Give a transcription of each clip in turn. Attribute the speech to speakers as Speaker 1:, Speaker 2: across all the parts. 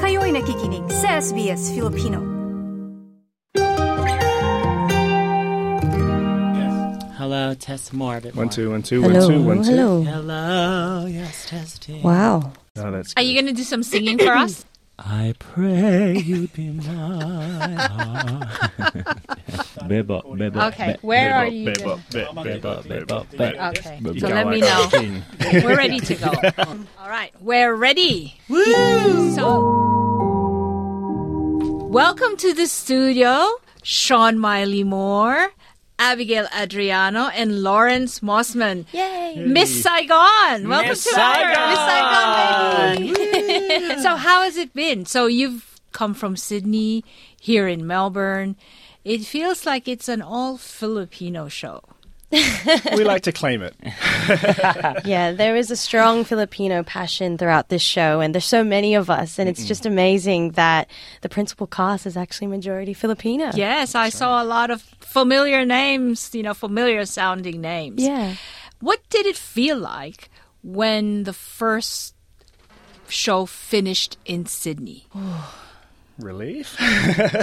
Speaker 1: Kayo'y nakikinig sa SBS Filipino.
Speaker 2: Hello, test more of it.
Speaker 3: One
Speaker 2: more.
Speaker 3: two one two one
Speaker 4: Hello,
Speaker 3: two one two.
Speaker 4: hello.
Speaker 2: Hello, yes, testing.
Speaker 4: Wow.
Speaker 3: Oh, that's
Speaker 5: Are you going to do some singing for us?
Speaker 2: I pray you be my heart.
Speaker 6: Bebop, bebop.
Speaker 5: Okay, where are you?
Speaker 3: Bebop, be-
Speaker 6: Bebop,
Speaker 3: bebop,
Speaker 6: bebop,
Speaker 3: bebop,
Speaker 6: bebop.
Speaker 3: bebop.
Speaker 5: Okay,
Speaker 6: Bebop.
Speaker 5: so
Speaker 3: Ikaw
Speaker 5: let me
Speaker 3: ay
Speaker 5: know.
Speaker 3: king.
Speaker 5: We're ready to go. All right, we're ready. Woo! So, welcome to the studio, Sean Miley Moore, Abigail Adriano, and Lawrence Mossman.
Speaker 4: Yay.
Speaker 5: Miss Saigon, welcome
Speaker 2: Miss
Speaker 5: to
Speaker 2: Saigon!
Speaker 5: Miss Saigon, baby. so, how has it been? So, you've come from Sydney, here in Melbourne. It feels like it's an all Filipino show.
Speaker 3: we like to claim it.
Speaker 4: Yeah, there is a strong Filipino passion throughout this show, and there's so many of us, and it's just amazing that the principal cast is actually majority Filipino.
Speaker 5: Yes, I saw a lot of familiar names, you know, familiar sounding names.
Speaker 4: Yeah.
Speaker 5: What did it feel like when the first show finished in Sydney?
Speaker 3: Relief.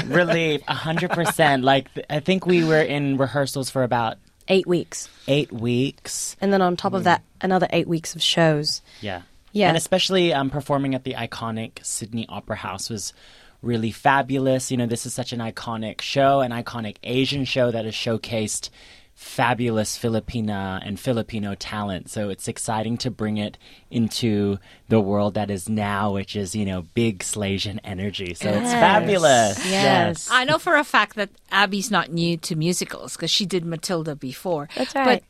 Speaker 2: Relief, 100%. like, th- I think we were in rehearsals for about
Speaker 4: Eight weeks.
Speaker 2: eight weeks.
Speaker 4: And then on top of that, another eight weeks of shows.
Speaker 2: Yeah.
Speaker 4: Yeah.
Speaker 2: And especially um, performing at the iconic Sydney Opera House was really fabulous. You know, this is such an iconic show, an iconic Asian show that has showcased fabulous Filipina and Filipino talent. So it's exciting to bring it into the world that is now, which is, you know, big Slasian energy. So it's
Speaker 4: Yes.
Speaker 2: fabulous.
Speaker 4: Yes.
Speaker 5: I know for a fact that Abby's not new to musicals because she did Matilda before.
Speaker 4: That's
Speaker 5: But
Speaker 4: right.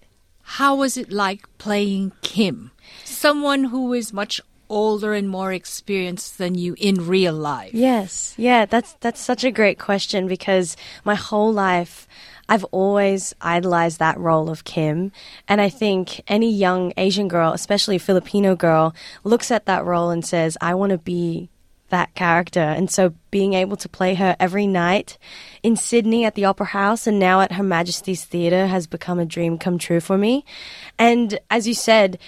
Speaker 5: how was it like playing Kim, someone who is much older and more experienced than you in real life?
Speaker 4: Yes. Yeah, that's that's such a great question because my whole life I've always idolized that role of Kim, and I think any young Asian girl, especially a Filipino girl, looks at that role and says, "I want to be that character." And so being able to play her every night in Sydney at the Opera House and now at Her Majesty's Theatre has become a dream come true for me. And as you said,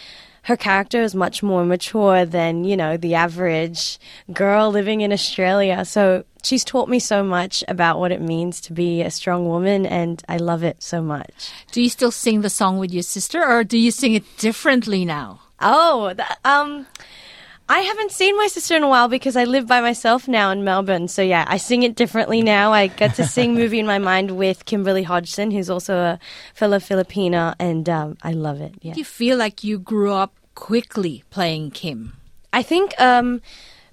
Speaker 4: her character is much more mature than, you know, the average girl living in Australia. So she's taught me so much about what it means to be a strong woman, and I love it so much.
Speaker 5: Do you still sing the song with your sister, or do you sing it differently now?
Speaker 4: Oh, th- um, I haven't seen my sister in a while because I live by myself now in Melbourne. So yeah, I sing it differently now. I got to sing "Movie in My Mind" with Kimberly Hodgson, who's also a fellow Filipina, and um, I love it. Yeah.
Speaker 5: Do you feel like you grew up quickly playing Kim?
Speaker 4: I think um,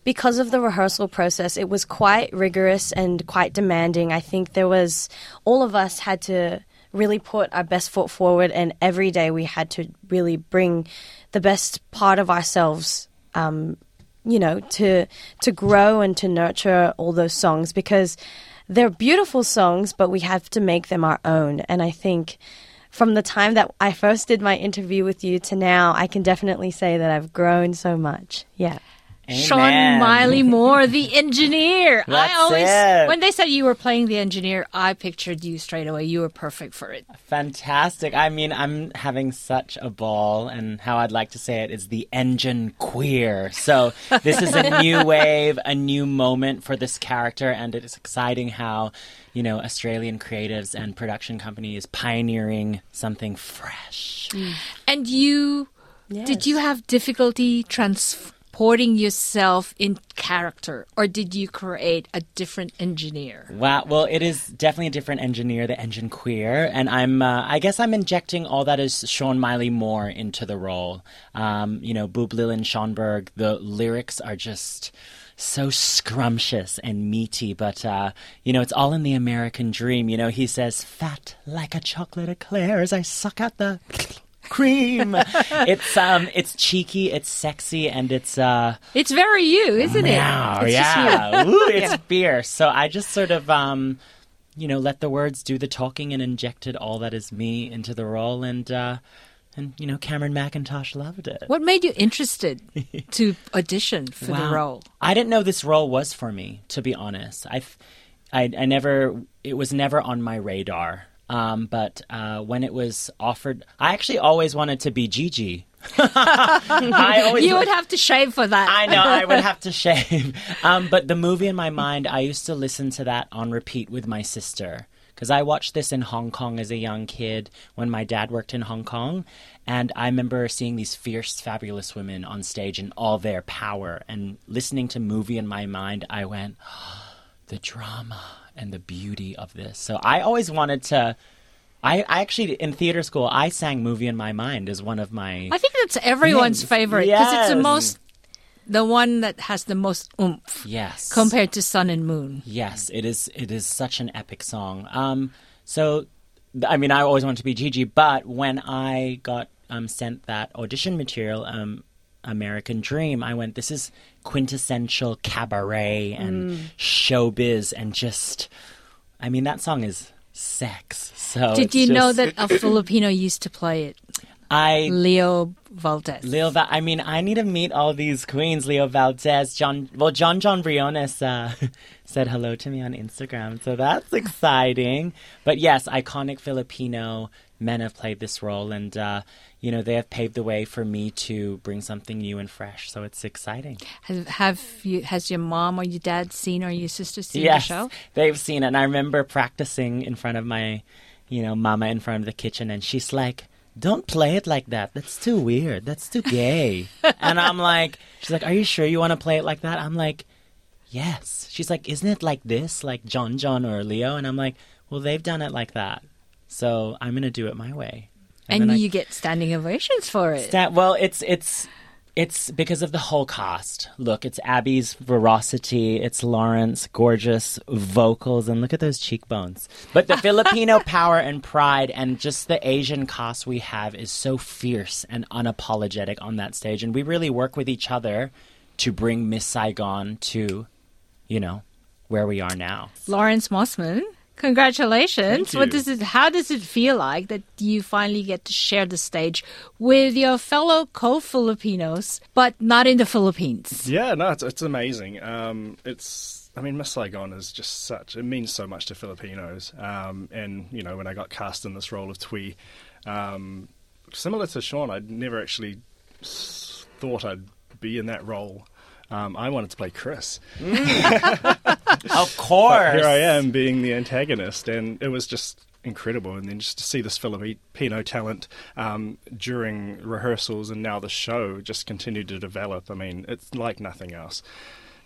Speaker 4: because of the rehearsal process, it was quite rigorous and quite demanding. I think there was all of us had to really put our best foot forward, and every day we had to really bring the best part of ourselves. Um, you know, to to grow and to nurture all those songs because they're beautiful songs, but we have to make them our own. And I think from the time that I first did my interview with you to now, I can definitely say that I've grown so much. Yeah.
Speaker 2: Amen.
Speaker 5: Sean Miley Moore, the engineer. I
Speaker 2: That's
Speaker 5: always,
Speaker 2: it.
Speaker 5: when they said you were playing the engineer, I pictured you straight away. You were perfect for it.
Speaker 2: Fantastic. I mean, I'm having such a ball, and how I'd like to say it is the engine queer. So, this is a new wave, a new moment for this character, and it's exciting how, you know, Australian creatives and production company is pioneering something fresh.
Speaker 5: And you, did you have difficulty transporting yourself in character, or did you create a different engineer?
Speaker 2: Wow. Well, it is definitely a different engineer, the engine queer, and I'm. Uh, I guess I'm injecting all that is Sean Miley Moore into the role. Um, you know, Boob Lil and Schoenberg. The lyrics are just so scrumptious and meaty, but uh, you know, it's all in the American dream. You know, he says, "Fat like a chocolate eclair as I suck out the." cream it's um it's cheeky it's sexy and it's uh
Speaker 5: It's very you, isn't it?
Speaker 2: Meow, yeah. Ooh, it's fierce. So I just sort of, um, you know, let the words do the talking and injected all that is me into the role. And, uh, and you know, Cameron McIntosh loved it.
Speaker 5: What made you interested to audition for the role?
Speaker 2: Um, I didn't know this role was for me, to be honest. I, I, I never, it was never on my radar. Um, but uh, when it was offered, I actually always wanted to be Gigi. I always
Speaker 5: You would have to shave for that.
Speaker 2: I know I would have to shave. Um, but the movie in my mind, I used to listen to that on repeat with my sister because I watched this in Hong Kong as a young kid when my dad worked in Hong Kong, and I remember seeing these fierce, fabulous women on stage in all their power. And listening to movie in my mind, I went, the drama and the beauty of this. So I always wanted to. I, I actually in theater school I sang "Movie in My Mind" as one of my.
Speaker 5: I think that's everyone's
Speaker 2: Yes.
Speaker 5: favorite because it's the
Speaker 2: Yes.
Speaker 5: most, the one that has the most oomph
Speaker 2: yes.
Speaker 5: compared to Sun and Moon.
Speaker 2: Yes, it is. It is such an epic song. Um, so, th- I mean, I always wanted to be Gigi, but when I got um, sent that audition material, um, American Dream, I went, "This is quintessential cabaret and
Speaker 5: Mm.
Speaker 2: showbiz, and just." I mean, that song is sex. So,
Speaker 5: Did
Speaker 2: Oh, it's
Speaker 5: you
Speaker 2: just-
Speaker 5: know that a Filipino used to play it?
Speaker 2: I
Speaker 5: Leo Valdez.
Speaker 2: Leo, Val- I mean, I need to meet all these queens. Leo Valdez, John. Well, John John Briones uh, said hello to me on Instagram, so that's exciting. But yes, iconic Filipino men have played this role, and uh, you know they have paved the way for me to bring something new and fresh. So it's exciting.
Speaker 5: Have, have you? Has your mom or your dad seen or your sister seen
Speaker 2: yes,
Speaker 5: the show?
Speaker 2: they've seen it. And I remember practicing in front of my, you know, mama in front of the kitchen, and she's like, "Don't play it like that. That's too weird. That's too gay." and I'm like, she's like, "Are you sure you want to play it like that?" I'm like, "Yes." She's like, "Isn't it like this, like John John or Leo?" And I'm like, "Well, they've done it like that, so I'm gonna do it my way."
Speaker 5: And,
Speaker 2: then I-
Speaker 5: you get standing ovations for it.
Speaker 2: Sta- well, it's it's it's because of the whole cast. Look, it's Abby's veracity, it's Lawrence gorgeous vocals, and look at those cheekbones. But the Filipino power and pride, and just the Asian cast we have is so fierce and unapologetic on that stage, and we really work with each other to bring Miss Saigon to, you know, where we are now.
Speaker 5: Lawrence Mossman, congratulations.
Speaker 3: Thank
Speaker 5: What
Speaker 3: you.
Speaker 5: does it how does it feel like that you finally get to share the stage with your fellow co-Filipinos but not in the Philippines?
Speaker 3: Yeah, no, it's, it's amazing. Um, it's, I mean, Miss Saigon is just such, it means so much to Filipinos. Um, and, you know, when I got cast in this role of Twee, um, similar to Sean, I'd never actually s- thought I'd be in that role. Um, I wanted to play Chris.
Speaker 2: Of course,
Speaker 3: Here I am being the antagonist, and it was just incredible. And then just to see this Filipino talent um, during rehearsals and now the show just continued to develop. I mean, it's like nothing else.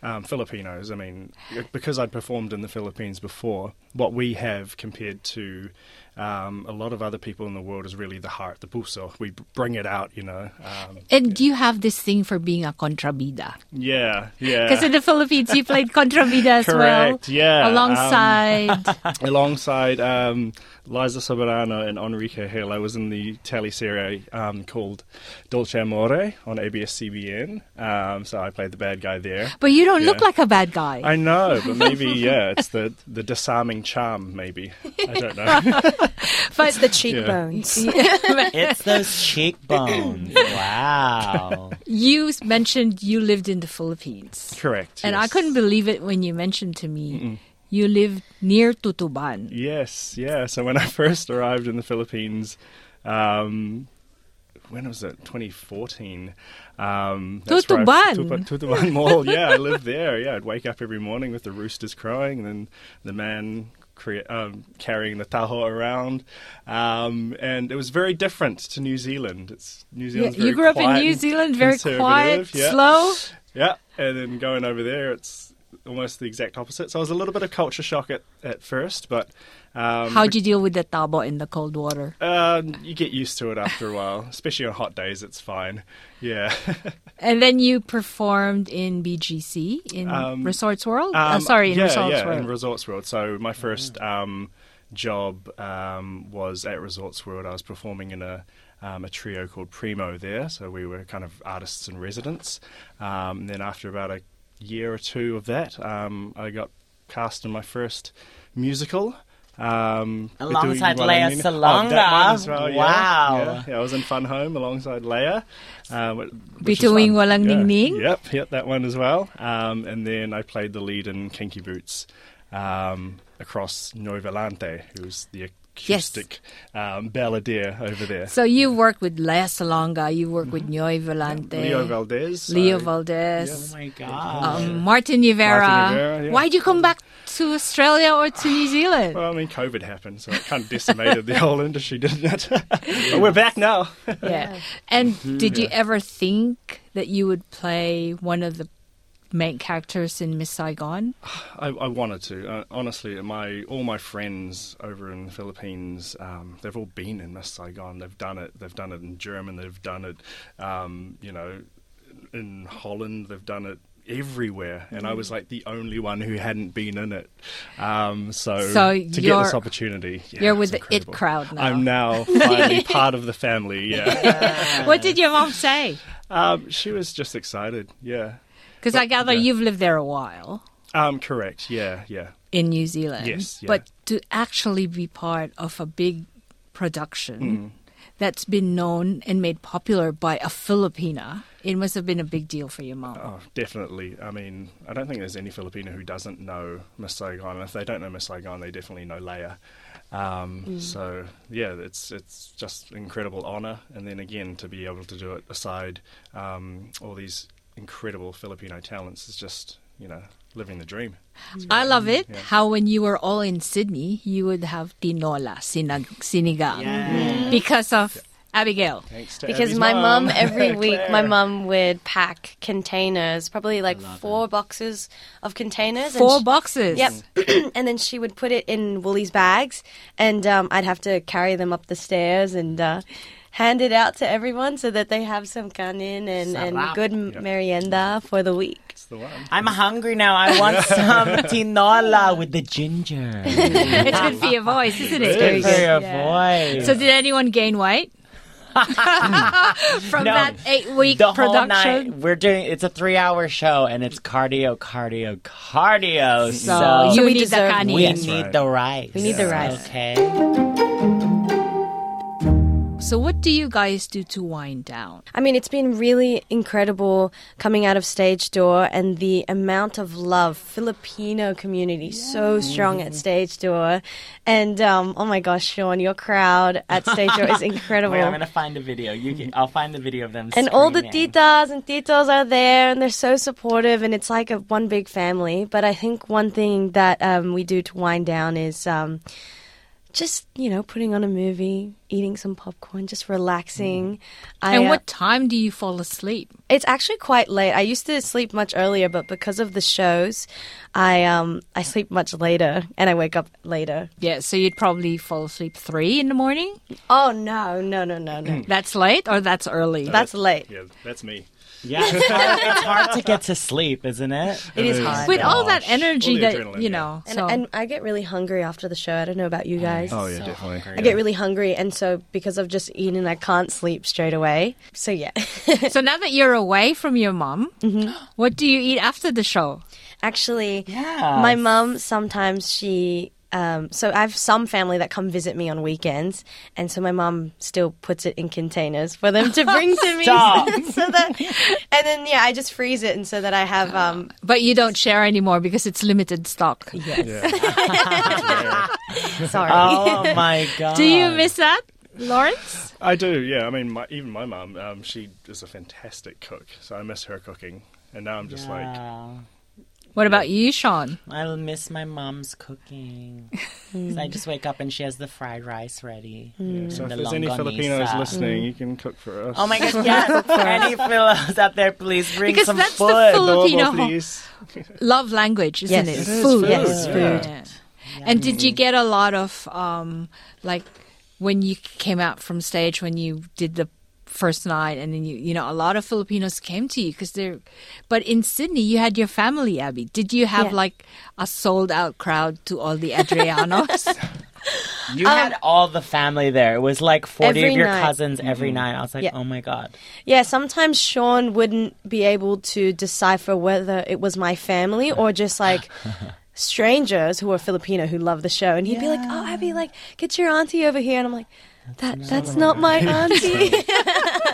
Speaker 3: Um, Filipinos, I mean, because I'd performed in the Philippines before, what we have compared to um, a lot of other people in the world is really the heart, the pulso. We b- bring it out, you know. Um,
Speaker 5: And do you have this thing for being a contrabida?
Speaker 3: yeah, yeah.
Speaker 5: Because in the Philippines you played contrabida as well.
Speaker 3: Correct, yeah, um,
Speaker 5: Alongside
Speaker 3: alongside um, Liza Soberano and Enrique Hill. I was in the teleserie um, called Dolce Amore on ABS-CBN, um, so I played the bad guy there.
Speaker 5: But you don't look
Speaker 3: Yeah.
Speaker 5: like a bad guy.
Speaker 3: I know, but maybe yeah, it's the the disarming charm. Maybe I don't know.
Speaker 5: but
Speaker 4: It's the cheekbones.
Speaker 2: It's those cheekbones. Wow.
Speaker 5: you mentioned you lived in the Philippines.
Speaker 3: Correct.
Speaker 5: And
Speaker 3: yes.
Speaker 5: I couldn't believe it when you mentioned to me you live near Tutuban.
Speaker 3: Yes, yeah. So when I first arrived in the Philippines, um, when was it? 2014. Um, that's where I-
Speaker 5: Tutuban.
Speaker 3: Tupa- Tutuban Mall. Yeah, I lived there. Yeah, I'd wake up every morning with the roosters crowing, and then the man crea- um, carrying the taho around. Um, and it was very different to New Zealand. It's New
Speaker 5: Yeah,
Speaker 3: Zealand's very
Speaker 5: you grew up in
Speaker 3: quiet
Speaker 5: New
Speaker 3: and
Speaker 5: Zealand, very quiet,
Speaker 3: conservative, yeah.
Speaker 5: slow.
Speaker 3: Yeah, and then going over there, it's almost the exact opposite. So I was a little bit of culture shock at, at first, but um,
Speaker 5: How'd you deal with the tabo in the cold water?
Speaker 3: um, you get used to it after a while, especially on hot days. It's fine. Yeah,
Speaker 5: And then you performed in BGC in
Speaker 3: Um,
Speaker 5: Resorts World. uh,
Speaker 3: Um,
Speaker 5: sorry, in
Speaker 3: yeah,
Speaker 5: Resorts
Speaker 3: yeah,
Speaker 5: World. Mm-hmm.
Speaker 3: in Resorts World. So my first um, job um, was at Resorts World. I was performing in a um, a trio called Primo there. So we were kind of artists in residence. Um, and then after about a year or two of that, um, I got cast in my first musical. Um, we're doing
Speaker 2: Alongside
Speaker 3: Wala
Speaker 2: Lea
Speaker 3: Nina-
Speaker 2: Salonga.
Speaker 3: Oh, that one as well, yeah,
Speaker 2: Wow.
Speaker 3: yeah. Yeah, I was in Fun Home alongside Leia. Uh, wh- which was
Speaker 5: Bituing
Speaker 3: fun.
Speaker 5: Walang
Speaker 3: yeah.
Speaker 5: Ningning?
Speaker 3: Yep, yep, that one as well. Um, and then I played the lead in Kinky Boots um, across Noy Vellante, who's the acoustic um, balladeer over there.
Speaker 5: So you work with Les Alonga, you work with Noy Vellante,
Speaker 3: Mm-hmm. Leo Valdez. so-
Speaker 5: Leo Valdez,
Speaker 2: Oh my god.
Speaker 5: um, Martin Rivera.
Speaker 3: Martin Rivera, yeah.
Speaker 5: Why'd you come back to Australia or to New Zealand?
Speaker 3: Well, I mean, COVID happened, so it kind of decimated the whole industry, didn't it? but we're back now. Mm-hmm.
Speaker 5: yeah. And did you ever think that you would play one of the main characters in Miss Saigon?
Speaker 3: I, I wanted to. Uh, honestly, my all my friends over in the Philippines, um, they've all been in Miss Saigon. They've done it. They've done it in German. They've done it, um, you know, in Holland. They've done it everywhere. And I
Speaker 5: Mm.
Speaker 3: was like the only one who hadn't been in it. Um, so,
Speaker 5: So
Speaker 3: to get
Speaker 5: you're-
Speaker 3: this opportunity, yeah,
Speaker 5: you're
Speaker 3: it's
Speaker 5: with the it
Speaker 3: incredible.
Speaker 5: crowd now.
Speaker 3: I'm now finally part of the family. Yeah,
Speaker 5: What did your mom say?
Speaker 3: um, she was just excited. Yeah,
Speaker 5: Because I gather
Speaker 3: yeah.
Speaker 5: you've lived there a while
Speaker 3: um, correct. Yeah, yeah.
Speaker 5: in New Zealand.
Speaker 3: Yes, yeah.
Speaker 5: But to actually be part of a big
Speaker 3: Mm.
Speaker 5: production that's been known and made popular by a Filipina, it must have been a big deal for your mom.
Speaker 3: Oh, definitely. I mean, I don't think there's any Filipino who doesn't know Miss Saigon. And if they don't know Miss Saigon, they definitely know Leia. Um, So yeah, it's it's just incredible honor, and then again to be able to do it aside um, all these incredible Filipino talents is just you know living the dream.
Speaker 5: I love it how when you were all in Sydney, you would have tinola, sinag, sinigang, Mm. because of Abigail.
Speaker 3: Thanks to
Speaker 4: Because
Speaker 3: Abby's
Speaker 4: my mum
Speaker 3: mum
Speaker 4: every week, my
Speaker 3: Claire.
Speaker 4: mum would pack containers, probably like four boxes of containers. and
Speaker 5: Four
Speaker 4: she-
Speaker 5: boxes.
Speaker 4: Yep. and then she would put it in Woolies bags, and um, I'd have to carry them up the stairs and uh, hand it out to everyone so that they have some kanin and, and
Speaker 2: Sarap.
Speaker 4: good merienda for the week.
Speaker 3: It's the one.
Speaker 2: I'm hungry now. I want some tinola with the ginger.
Speaker 5: It's good for your voice, isn't it?
Speaker 2: Good for your voice.
Speaker 5: So did anyone gain weight? From
Speaker 2: No.
Speaker 5: that eight week
Speaker 2: the whole night
Speaker 5: production.
Speaker 2: we're doing it's a three hour show and it's cardio, cardio, cardio.
Speaker 5: So,
Speaker 2: So,
Speaker 5: you
Speaker 4: we
Speaker 5: need the
Speaker 4: deserve
Speaker 5: kani.
Speaker 2: we
Speaker 3: Yes.
Speaker 2: need
Speaker 3: Right.
Speaker 2: the rice. We
Speaker 4: need the rice.
Speaker 2: Okay.
Speaker 5: So what do you guys do to wind down?
Speaker 4: I mean, it's been really incredible coming out of stage door and the amount of love, Filipino community, so strong
Speaker 5: Mm-hmm.
Speaker 4: at stage door. And um, oh my gosh, Sean, your crowd at stage door is incredible.
Speaker 2: Wait, I'm gonna find a video. You can, I'll find the video of them.
Speaker 4: and all the
Speaker 2: screaming.
Speaker 4: titas and titos are there and they're so supportive and it's like a one big family but i think one thing that um, we do to wind down is um, just you know putting on a movie eating some popcorn just relaxing I,
Speaker 5: Mm-hmm. and
Speaker 4: uh,
Speaker 5: what time do you fall asleep?
Speaker 4: it's actually quite late. I used to sleep much earlier, but because of the shows, I um I sleep much later and I wake up later.
Speaker 5: Yeah, so you'd probably fall asleep three in the morning.
Speaker 4: Oh no, no, no, no, no.
Speaker 5: That's late or that's early.
Speaker 4: That's late.
Speaker 3: Mm. Yeah, that's me.
Speaker 2: Yeah, it's hard, it's hard to get to sleep, isn't it?
Speaker 4: It is hard.
Speaker 5: with all that
Speaker 2: Gosh.
Speaker 5: energy
Speaker 3: All the
Speaker 5: that
Speaker 3: adrenaline,
Speaker 5: you
Speaker 3: yeah.
Speaker 5: know.
Speaker 4: And,
Speaker 5: so.
Speaker 4: and I get really hungry after the show. I don't know about you guys.
Speaker 3: Oh yeah, definitely.
Speaker 4: I get really hungry, and so because I've just eaten, I can't sleep straight away. So yeah,
Speaker 5: So now that you're away from your mom, what do you eat after the show?
Speaker 4: actually,
Speaker 2: Yeah.
Speaker 4: my mum sometimes she. Um, so I have some family that come visit me on weekends, and so my mum still puts it in containers for them to bring to me.
Speaker 2: Stop.
Speaker 4: so that, and then yeah, I just freeze it, and so that I have um,
Speaker 5: But you don't share anymore because it's limited stock.
Speaker 4: sorry.
Speaker 2: Oh my god.
Speaker 5: Do you miss that, Lawrence?
Speaker 3: I do, yeah. I mean, my, even my mum, um, she is a fantastic cook, so I miss her cooking. And now I'm just like,
Speaker 2: Wow.
Speaker 5: What about you, Sean?
Speaker 2: I'll miss my mom's cooking. So I just wake up and she has the fried rice ready. and
Speaker 3: so if
Speaker 2: the
Speaker 3: there's any
Speaker 2: longanisa.
Speaker 3: Filipinos listening, you can cook for us.
Speaker 2: Oh my god, yes. any Filipinos out there, please bring
Speaker 5: Because
Speaker 2: some
Speaker 5: that's the
Speaker 2: food.
Speaker 5: Fili-
Speaker 3: Adobo,
Speaker 5: Filipino.
Speaker 3: please.
Speaker 5: Love language, isn't
Speaker 4: Yes.
Speaker 5: it?
Speaker 4: It is food. Yes,
Speaker 5: Yeah.
Speaker 4: food.
Speaker 5: And did you get a lot of um, like when you came out from stage when you did the first night and then you you know a lot of Filipinos came to you because they're but in Sydney you had your family Abby did you have
Speaker 4: Yeah.
Speaker 5: like a sold out crowd to all the Adrianos
Speaker 2: you had all the family there. It was like 40 of
Speaker 4: Every
Speaker 2: your
Speaker 4: night.
Speaker 2: cousins
Speaker 3: Mm-hmm.
Speaker 2: every night. I was like,
Speaker 4: Yeah.
Speaker 2: oh my god.
Speaker 4: Yeah, sometimes Sean wouldn't be able to decipher whether it was my family or just like strangers who are Filipino who love the show. And he'd be like, Oh, Abby, like, get your auntie over here. And I'm like, that, that's not my auntie.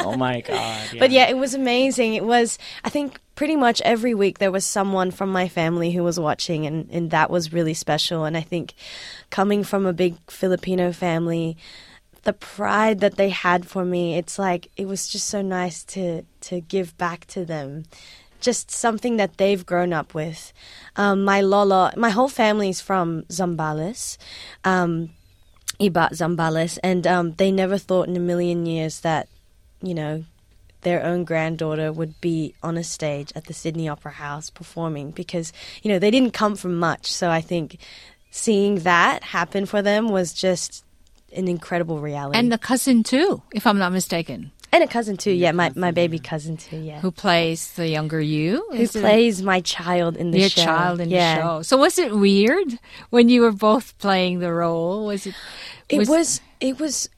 Speaker 2: oh my god.
Speaker 4: But yeah, it was amazing. It was, I think, pretty much every week there was someone from my family who was watching, and, and that was really special. And I think coming from a big Filipino family, the pride that they had for me, it's like it was just so nice to to give back to them. Just something that they've grown up with. Um, my Lolo, my whole family's from Zambales, um, Ibat Zambales, and um, they never thought in a million years that you know, their own granddaughter would be on a stage at the Sydney Opera House performing because, you know, they didn't come from much. So I think seeing that happen for them was just an incredible reality.
Speaker 5: and the cousin too, if I'm not mistaken,
Speaker 4: and a cousin too, yeah, my, my baby cousin too, yeah.
Speaker 5: who plays the younger you.
Speaker 4: Who
Speaker 5: Is it-
Speaker 4: plays my child in the
Speaker 5: your
Speaker 4: show.
Speaker 5: child in
Speaker 4: yeah.
Speaker 5: the show. So was it weird when you were both playing the role? Was it?
Speaker 4: It was, it was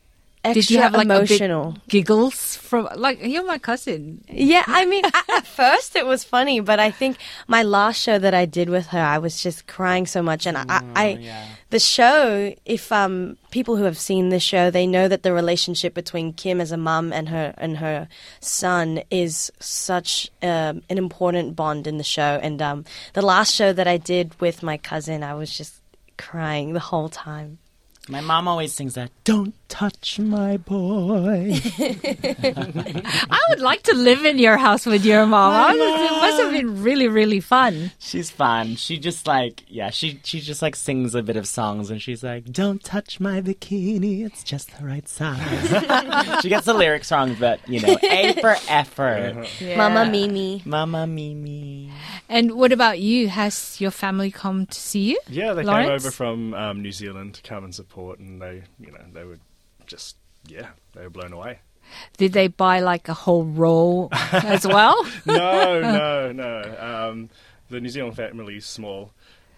Speaker 4: extra
Speaker 5: Did you have like a big
Speaker 4: emotional.
Speaker 5: giggles from like you're my cousin?
Speaker 4: Yeah, I mean, at at first it was funny, but I think my last show that I did with her, I was just crying so much, and I, I, I the show. If um, people who have seen the show, they know that the relationship between Kim as a mum and her and her son is such um, an important bond in the show. And um, the last show that I did with my cousin, I was just crying the whole time.
Speaker 2: My mom always sings that. Don't touch my boy.
Speaker 5: I would like to live in your house with your mom. I was- it must have been really really fun.
Speaker 2: She's fun. She just like yeah. She she just like sings a bit of songs and she's like, "Don't touch my bikini. It's just the right size." she gets the lyrics wrong, but you know, a for
Speaker 3: Uh-huh.
Speaker 2: effort.
Speaker 4: Mama Mimi.
Speaker 2: Mama Mimi.
Speaker 5: And what about you? Has your family come to see you?
Speaker 3: Yeah, they
Speaker 5: Lawrence?
Speaker 3: came over from um, New Zealand to come and support, and they, you know, they were just, yeah, they were blown away.
Speaker 5: Did they buy like a whole roll as well?
Speaker 3: No, no, no. Um, the New Zealand family is small.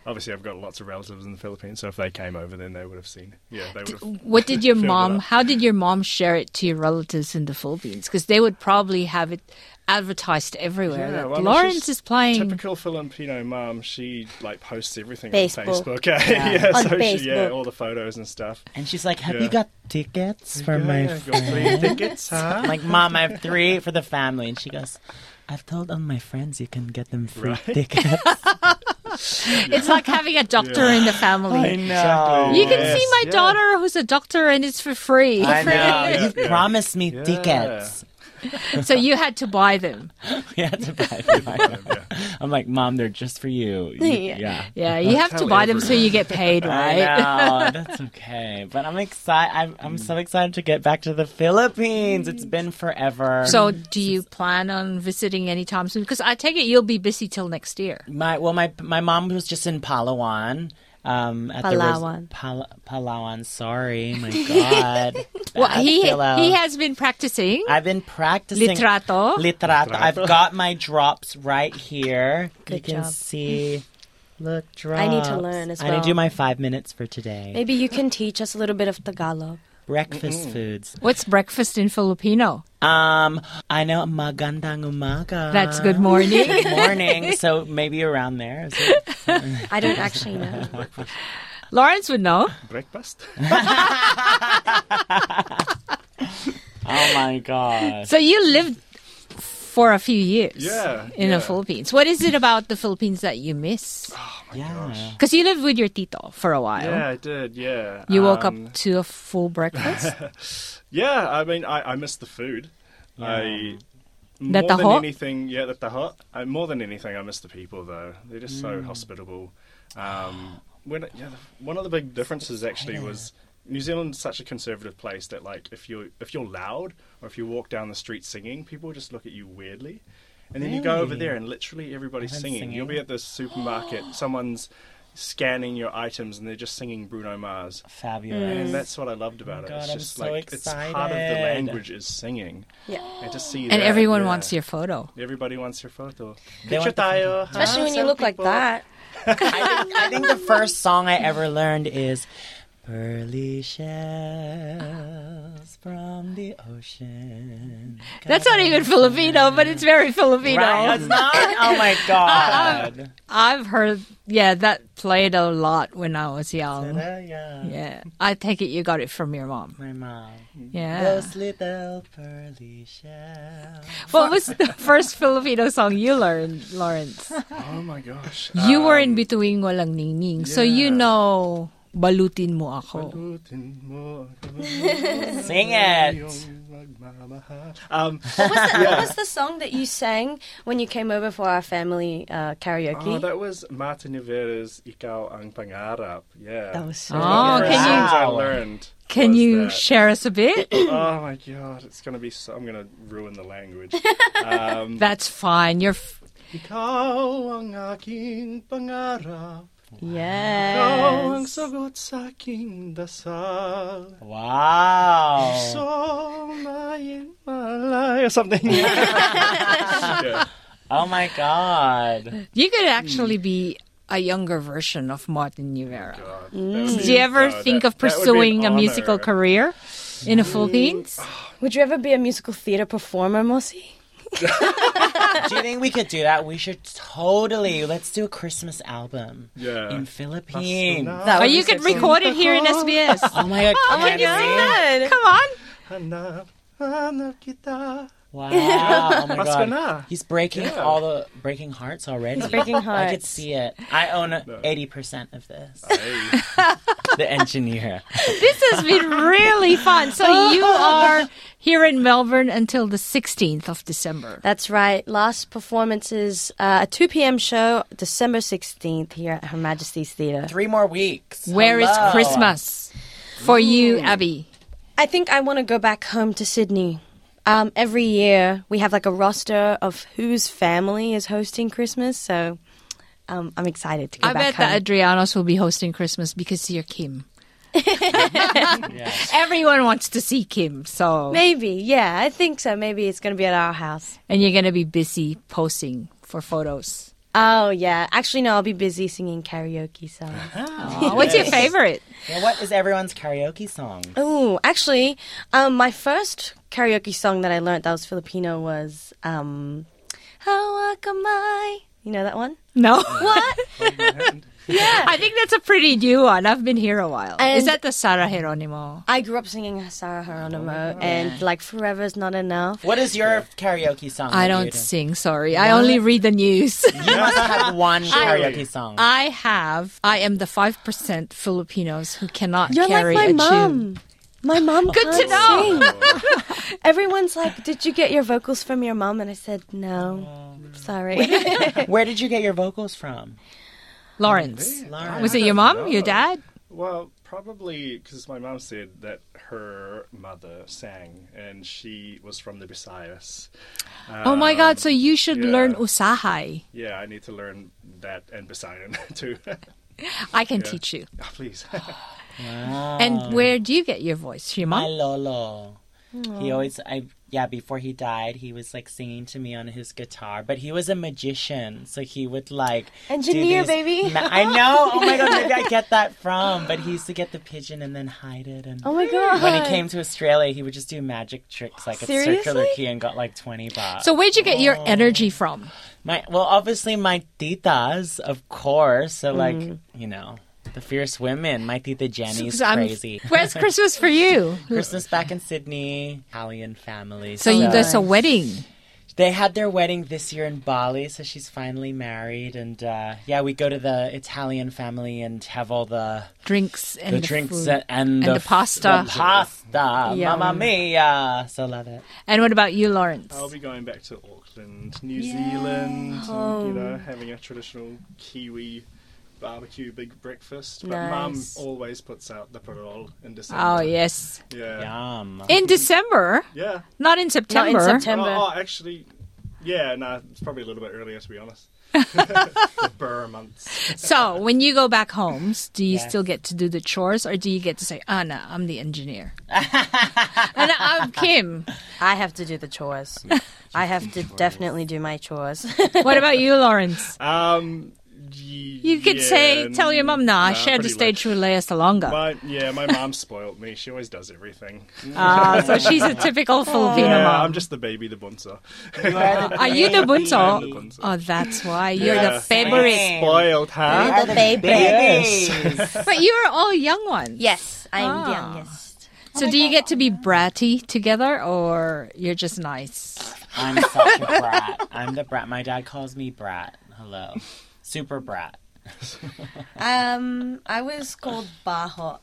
Speaker 3: Obviously, I've got lots of relatives in the Philippines, so if they came over, then they would have seen. Yeah, they would have.
Speaker 5: What did your
Speaker 3: filled it
Speaker 5: mom?
Speaker 3: up.
Speaker 5: How did your mom share it to your relatives in the Philippines? Because they would probably have it advertised everywhere.
Speaker 3: Yeah,
Speaker 5: that
Speaker 3: well,
Speaker 5: Lawrence
Speaker 3: she's
Speaker 5: is playing.
Speaker 3: Typical Filipino mom. She like posts everything
Speaker 4: Facebook.
Speaker 3: on Facebook. eh? yeah,
Speaker 4: On
Speaker 3: so She, yeah,
Speaker 4: Facebook.
Speaker 3: all the photos and stuff.
Speaker 2: And she's like, "Have
Speaker 3: Yeah.
Speaker 2: you got tickets for
Speaker 3: yeah,
Speaker 2: my?"
Speaker 3: yeah, got three tickets, huh?
Speaker 2: I'm like, "Mom, I have three for the family." And she goes, "I've told all my friends you can get them free
Speaker 3: Right.
Speaker 2: tickets."
Speaker 5: It's like having a doctor in the family.
Speaker 3: uh,
Speaker 2: know.
Speaker 5: You can
Speaker 3: Yes,
Speaker 5: see my
Speaker 3: yeah.
Speaker 5: daughter who's a doctor and it's for free.
Speaker 2: I know.
Speaker 3: Yeah,
Speaker 2: you
Speaker 3: yeah.
Speaker 2: promised me
Speaker 3: Yeah.
Speaker 2: tickets.
Speaker 5: So you had to buy them.
Speaker 2: We had to buy them. I'm like, Mom, they're just for you. You-
Speaker 4: Yeah.
Speaker 2: yeah.
Speaker 5: Yeah, you have to
Speaker 3: Tell
Speaker 5: buy them so you get paid, right?
Speaker 2: I know. That's okay. But I'm excited. I'm, I'm so excited to get back to the Philippines. It's been forever.
Speaker 5: So do you plan on visiting anytime soon? Because I take it you'll be busy till next year.
Speaker 2: my well, my my mom was just in Palawan. Um, at The Ros-
Speaker 4: Palawan.
Speaker 2: Pal- Palawan. Sorry, my God.
Speaker 5: Well, he
Speaker 2: Hello.
Speaker 5: he has been practicing.
Speaker 2: I've been practicing
Speaker 5: Litrato.
Speaker 2: Litrato. I've got my drops right here. you
Speaker 4: Good
Speaker 2: can
Speaker 4: job.
Speaker 2: see. Look, drops.
Speaker 4: I need to learn as
Speaker 2: I need
Speaker 4: well.
Speaker 2: to do my five minutes for today.
Speaker 4: Maybe you can teach us a little bit of Tagalog.
Speaker 2: Breakfast foods.
Speaker 5: What's breakfast in Filipino?
Speaker 2: Um, I know magandang umaga.
Speaker 5: That's
Speaker 3: Uh.
Speaker 5: good morning.
Speaker 2: Good morning. so maybe around there. Is it?
Speaker 4: I don't actually know.
Speaker 5: Lawrence would know.
Speaker 3: Breakfast.
Speaker 2: Oh my god.
Speaker 5: So you lived for a few years
Speaker 3: Yeah,
Speaker 5: in
Speaker 3: yeah.
Speaker 5: the Philippines. What is it about the Philippines that you miss?
Speaker 2: Yeah.
Speaker 5: Because you lived with your tito for a while.
Speaker 3: yeah, I did. Yeah.
Speaker 5: You woke
Speaker 3: Um,
Speaker 5: up to a full breakfast.
Speaker 3: Yeah, I mean, I, I miss the food. I more
Speaker 5: The
Speaker 3: than
Speaker 5: taho?
Speaker 3: anything, yeah, the taho. I, more than anything, I miss the people though. They're just so hospitable. Um, when yeah, one of the big differences actually was New Zealand's such a conservative place that like if you if you're loud or if you walk down the street singing, people just look at you weirdly. And then you go over there and literally everybody's
Speaker 2: Everyone's
Speaker 3: singing. You'll be
Speaker 2: singing.
Speaker 3: at the supermarket, someone's scanning your items and they're just singing Bruno Mars.
Speaker 2: Fabulous.
Speaker 3: And that's what I loved about
Speaker 2: Mm.
Speaker 3: it.
Speaker 2: God,
Speaker 3: It's
Speaker 2: I'm
Speaker 3: just
Speaker 2: so
Speaker 3: like it's part of the
Speaker 2: excited.
Speaker 3: language is singing.
Speaker 4: Yeah.
Speaker 3: And to see
Speaker 5: and
Speaker 3: that,
Speaker 5: everyone
Speaker 3: yeah.
Speaker 5: wants your photo.
Speaker 3: Everybody wants your photo.
Speaker 2: They
Speaker 3: Picture
Speaker 2: want the
Speaker 3: tayo, huh?
Speaker 4: Especially when you
Speaker 3: Some
Speaker 4: look like
Speaker 3: people-
Speaker 4: that.
Speaker 2: I think the first song I ever learned is Pearly shells from the ocean.
Speaker 5: That's not even Filipino, but it's very Filipino.
Speaker 2: Right, that's not. Oh my god.
Speaker 5: I've heard, yeah, that played a lot when I was young.
Speaker 2: yeah.
Speaker 5: Yeah, I take it you got it from your mom.
Speaker 2: My mom.
Speaker 3: Mm-hmm.
Speaker 5: Yeah.
Speaker 2: Those little pearly shells.
Speaker 5: What was the first Filipino song you learned, Lawrence?
Speaker 3: Oh my gosh.
Speaker 5: You were
Speaker 3: Um,
Speaker 5: in between walang ningning, so you know balutin mo ako.
Speaker 2: Sing it.
Speaker 3: Um,
Speaker 4: What was, the, what was the song that you sang when you came over for our family uh, karaoke?
Speaker 3: oh, that was Martin Rivera's Ikaw Ang Pangarap. Yeah.
Speaker 4: That was so.
Speaker 5: Oh,
Speaker 3: First
Speaker 5: can you
Speaker 3: songs I
Speaker 2: Wow.
Speaker 3: learned.
Speaker 5: can
Speaker 3: was
Speaker 5: you
Speaker 3: that.
Speaker 5: share us a bit?
Speaker 3: oh my god, it's gonna be so. I'm gonna ruin the language. Um,
Speaker 5: That's fine. You're f-
Speaker 3: Ikaw ang aking pangarap. Ikaw ang
Speaker 4: Yes.
Speaker 3: sagot sa aking dasal.
Speaker 5: Oh.
Speaker 2: Wow.
Speaker 3: So my malay or something.
Speaker 5: Mm.
Speaker 3: Yeah.
Speaker 2: Oh my god.
Speaker 5: you could actually
Speaker 3: Mm.
Speaker 5: be a younger version of Martin Rivera.
Speaker 3: God, that would
Speaker 5: Did
Speaker 3: be-
Speaker 5: you ever
Speaker 3: no,
Speaker 5: think
Speaker 3: that-
Speaker 5: of
Speaker 3: that would be an
Speaker 5: pursuing a musical
Speaker 3: honor. Mm.
Speaker 5: career in the Philippines?
Speaker 4: Would you ever be a musical theatre performer, Mossy?
Speaker 2: Do you think we could do that? We should totally. Let's do a Christmas album
Speaker 3: Yeah.
Speaker 2: in Philippines.
Speaker 3: That's
Speaker 4: That
Speaker 5: Or
Speaker 4: would
Speaker 5: Oh, you
Speaker 4: be
Speaker 5: could
Speaker 4: so
Speaker 5: record it here in SBS.
Speaker 2: Oh my god. Oh my
Speaker 4: Good.
Speaker 5: Come on.
Speaker 3: Hanap, hanap kita.
Speaker 2: Wow. Oh my
Speaker 3: What's
Speaker 2: god.
Speaker 3: gonna?
Speaker 2: He's breaking all the breaking hearts already.
Speaker 4: He's breaking
Speaker 2: I could
Speaker 4: hearts.
Speaker 2: see it. I own 80% of this.
Speaker 3: Hey.
Speaker 2: The engineer.
Speaker 5: This has been really fun. So you are here in Melbourne until the 16th of December.
Speaker 4: That's right. Last performance is uh, a 2 p.m. show, December 16th, here at Her Majesty's Theatre.
Speaker 2: Three more weeks.
Speaker 5: Where is
Speaker 2: Hello.
Speaker 5: Christmas for
Speaker 3: Mm.
Speaker 5: you, Abby?
Speaker 4: I think I want to go back home to Sydney. Um, every year we have like a roster of whose family is hosting Christmas, so um, I'm excited to go
Speaker 5: I bet
Speaker 4: back home.
Speaker 5: that Adrianos will be hosting Christmas because you're Kim. Everyone wants to see Kim, so
Speaker 4: Maybe, yeah, I think so. Maybe it's going to be at our house.
Speaker 5: and you're gonna be busy posing for photos.
Speaker 4: Oh yeah, actually no, I'll be busy singing karaoke songs.
Speaker 5: Aw, What's your favorite?
Speaker 2: Yeah, what is everyone's karaoke song?
Speaker 4: Oh, actually, um, my first karaoke song that I learnt that was Filipino was um, "How Come I." You know that one?
Speaker 5: No, what? yeah, I think that's a pretty new one. I've been here a while. Is
Speaker 4: And-
Speaker 5: that the Sarah Geronimo?
Speaker 4: I grew up singing Sarah Geronimo and like "Forever's Not Enough."
Speaker 2: What is your karaoke song? that
Speaker 5: I
Speaker 2: you
Speaker 5: don't sing. Sorry, I only read the news.
Speaker 2: You must have one karaoke song.
Speaker 5: I have. I am the five percent Filipinos who cannot
Speaker 4: You're
Speaker 5: carry
Speaker 4: like my
Speaker 5: a tune.
Speaker 4: mom. My mom Good
Speaker 5: to know.
Speaker 4: sing. Everyone's like, "Did you get your vocals from your mom?" And I said, "No, sorry."
Speaker 2: Where did you get your vocals from?
Speaker 5: Lawrence,
Speaker 2: Lauren.
Speaker 5: was it your mom? Your dad?
Speaker 3: Well, probably because my mom said that her mother sang and she was from the Visayas.
Speaker 5: oh my God! So you should
Speaker 3: yeah.
Speaker 5: learn usahay.
Speaker 3: Yeah, I need to learn that and Visayan too.
Speaker 5: I can teach you.
Speaker 3: Oh, please.
Speaker 5: And where do you get your voice? Your
Speaker 2: My
Speaker 5: mom?
Speaker 2: Lolo. He always, I yeah. Before he died, he was like singing to me on his guitar. But he was a magician, so he would like do
Speaker 4: Engineer,
Speaker 2: these
Speaker 4: baby.
Speaker 2: ma- I know. Oh my god, maybe I get that from. But he used to get the pigeon and then hide it. And
Speaker 4: oh my god!
Speaker 2: when he came to Australia, he would just do magic tricks like a circular
Speaker 4: Seriously?
Speaker 2: key and got like twenty bucks.
Speaker 5: So where'd you get your energy from?
Speaker 2: My well, obviously my titas, of course. So like
Speaker 4: Mm-hmm.
Speaker 2: you know, the fierce women. My tita Jenny's
Speaker 5: 'Cause I'm-
Speaker 2: crazy.
Speaker 5: Where's Christmas for you?
Speaker 2: Christmas back in Sydney, Italian family.
Speaker 5: So you, there's a wedding.
Speaker 2: they had their wedding this year in Bali, so she's finally married, and uh, yeah, we go to the Italian family and have all the
Speaker 5: Drinks and
Speaker 2: the,
Speaker 5: the,
Speaker 2: drinks
Speaker 5: food.
Speaker 2: and,
Speaker 5: And the
Speaker 2: f-
Speaker 5: pasta.
Speaker 2: the pasta,
Speaker 4: Yum.
Speaker 2: mamma mia! So love it.
Speaker 5: And what about you, Lawrence?
Speaker 3: I'll be going back to Auckland, New Zealand, and, you know, having a traditional Kiwi barbecue big breakfast. But
Speaker 4: Nice.
Speaker 3: mum always puts out the parole in December.
Speaker 5: Oh yes,
Speaker 3: Yeah. Yeah.
Speaker 2: Yum.
Speaker 5: in December,
Speaker 3: yeah.
Speaker 5: not in September.
Speaker 4: Not in September.
Speaker 3: Oh, oh, actually, yeah, no, it's probably a little bit earlier, to be honest. the burr months.
Speaker 5: So when you go back home, do you
Speaker 2: Yes.
Speaker 5: still get to do the chores, or do you get to say, "Anna, I'm the engineer," and I'm Kim?
Speaker 4: I have to do the chores. I have to definitely do my chores.
Speaker 5: What about you, Lawrence?
Speaker 3: Um,
Speaker 5: You could say, tell your mum, nah, share the stage with Leia Salonga.
Speaker 3: My, yeah, my mom spoiled me. She always does everything.
Speaker 5: Ah, so she's a typical Filipino
Speaker 3: yeah,
Speaker 5: mom.
Speaker 3: I'm just the baby, the bunsa.
Speaker 5: Are you the bunso?
Speaker 3: the bunso.
Speaker 5: Oh, that's why you're
Speaker 3: Yeah.
Speaker 5: the favorite.
Speaker 3: Spoiled, huh?
Speaker 7: the baby.
Speaker 2: Yes.
Speaker 5: But you're all young ones.
Speaker 7: Yes, I am
Speaker 5: Ah.
Speaker 7: the youngest.
Speaker 5: So do you get to be bratty together, or you're just nice?
Speaker 2: I'm such a brat. I'm the brat. My dad calls me brat. Hello. Super brat.
Speaker 7: Um, I was called Baho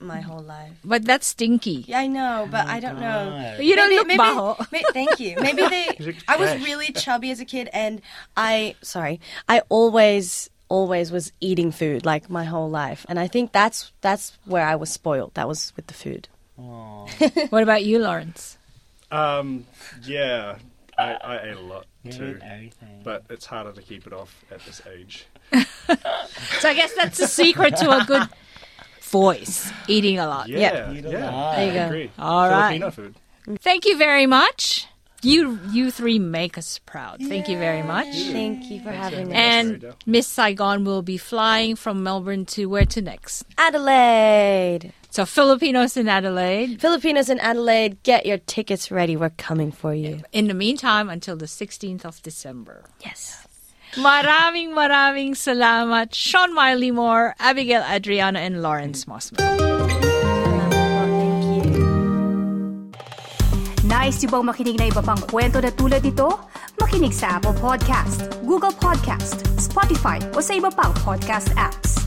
Speaker 7: my whole life.
Speaker 5: But that's stinky.
Speaker 7: Yeah, I know,
Speaker 4: Oh
Speaker 7: but I don't know.
Speaker 2: God.
Speaker 5: You don't look
Speaker 7: maybe,
Speaker 5: baho.
Speaker 7: may- thank you. Maybe they. I was really chubby as a kid, and
Speaker 4: I sorry, I always always was eating food like my whole life, and I think that's that's where I was spoiled. That was with the food.
Speaker 5: What about you, Lawrence?
Speaker 3: Um, yeah, I, I ate a lot too,
Speaker 2: Dude, everything.
Speaker 3: but it's harder to keep it off at this age.
Speaker 5: So I guess that's the secret to a good voice: eating a lot.
Speaker 3: Yeah,
Speaker 2: Eat a
Speaker 3: yeah,
Speaker 2: lot.
Speaker 3: I agree.
Speaker 5: All right.
Speaker 3: Filipino food.
Speaker 5: Thank you very much. You you three make us proud. Thank you very much.
Speaker 4: Thank you for having me.
Speaker 3: Very
Speaker 5: And
Speaker 3: dope.
Speaker 5: Miss Saigon will be flying from Melbourne to where to next?
Speaker 4: Adelaide,
Speaker 5: So Filipinos in Adelaide.
Speaker 4: Filipinos in Adelaide, get your tickets ready. We're coming for you.
Speaker 5: In the meantime, until the 16th of December.
Speaker 4: Yes.
Speaker 5: Maraming maraming salamat, Sean Miley Moore, Abigail Adriana, and Lawrence Mossman.
Speaker 4: Thank you.
Speaker 1: Nice yung bang makinig na iba pang kwento na tulad nito? Makinig sa Apple Podcast, Google Podcast, Spotify o sa iba pang podcast apps.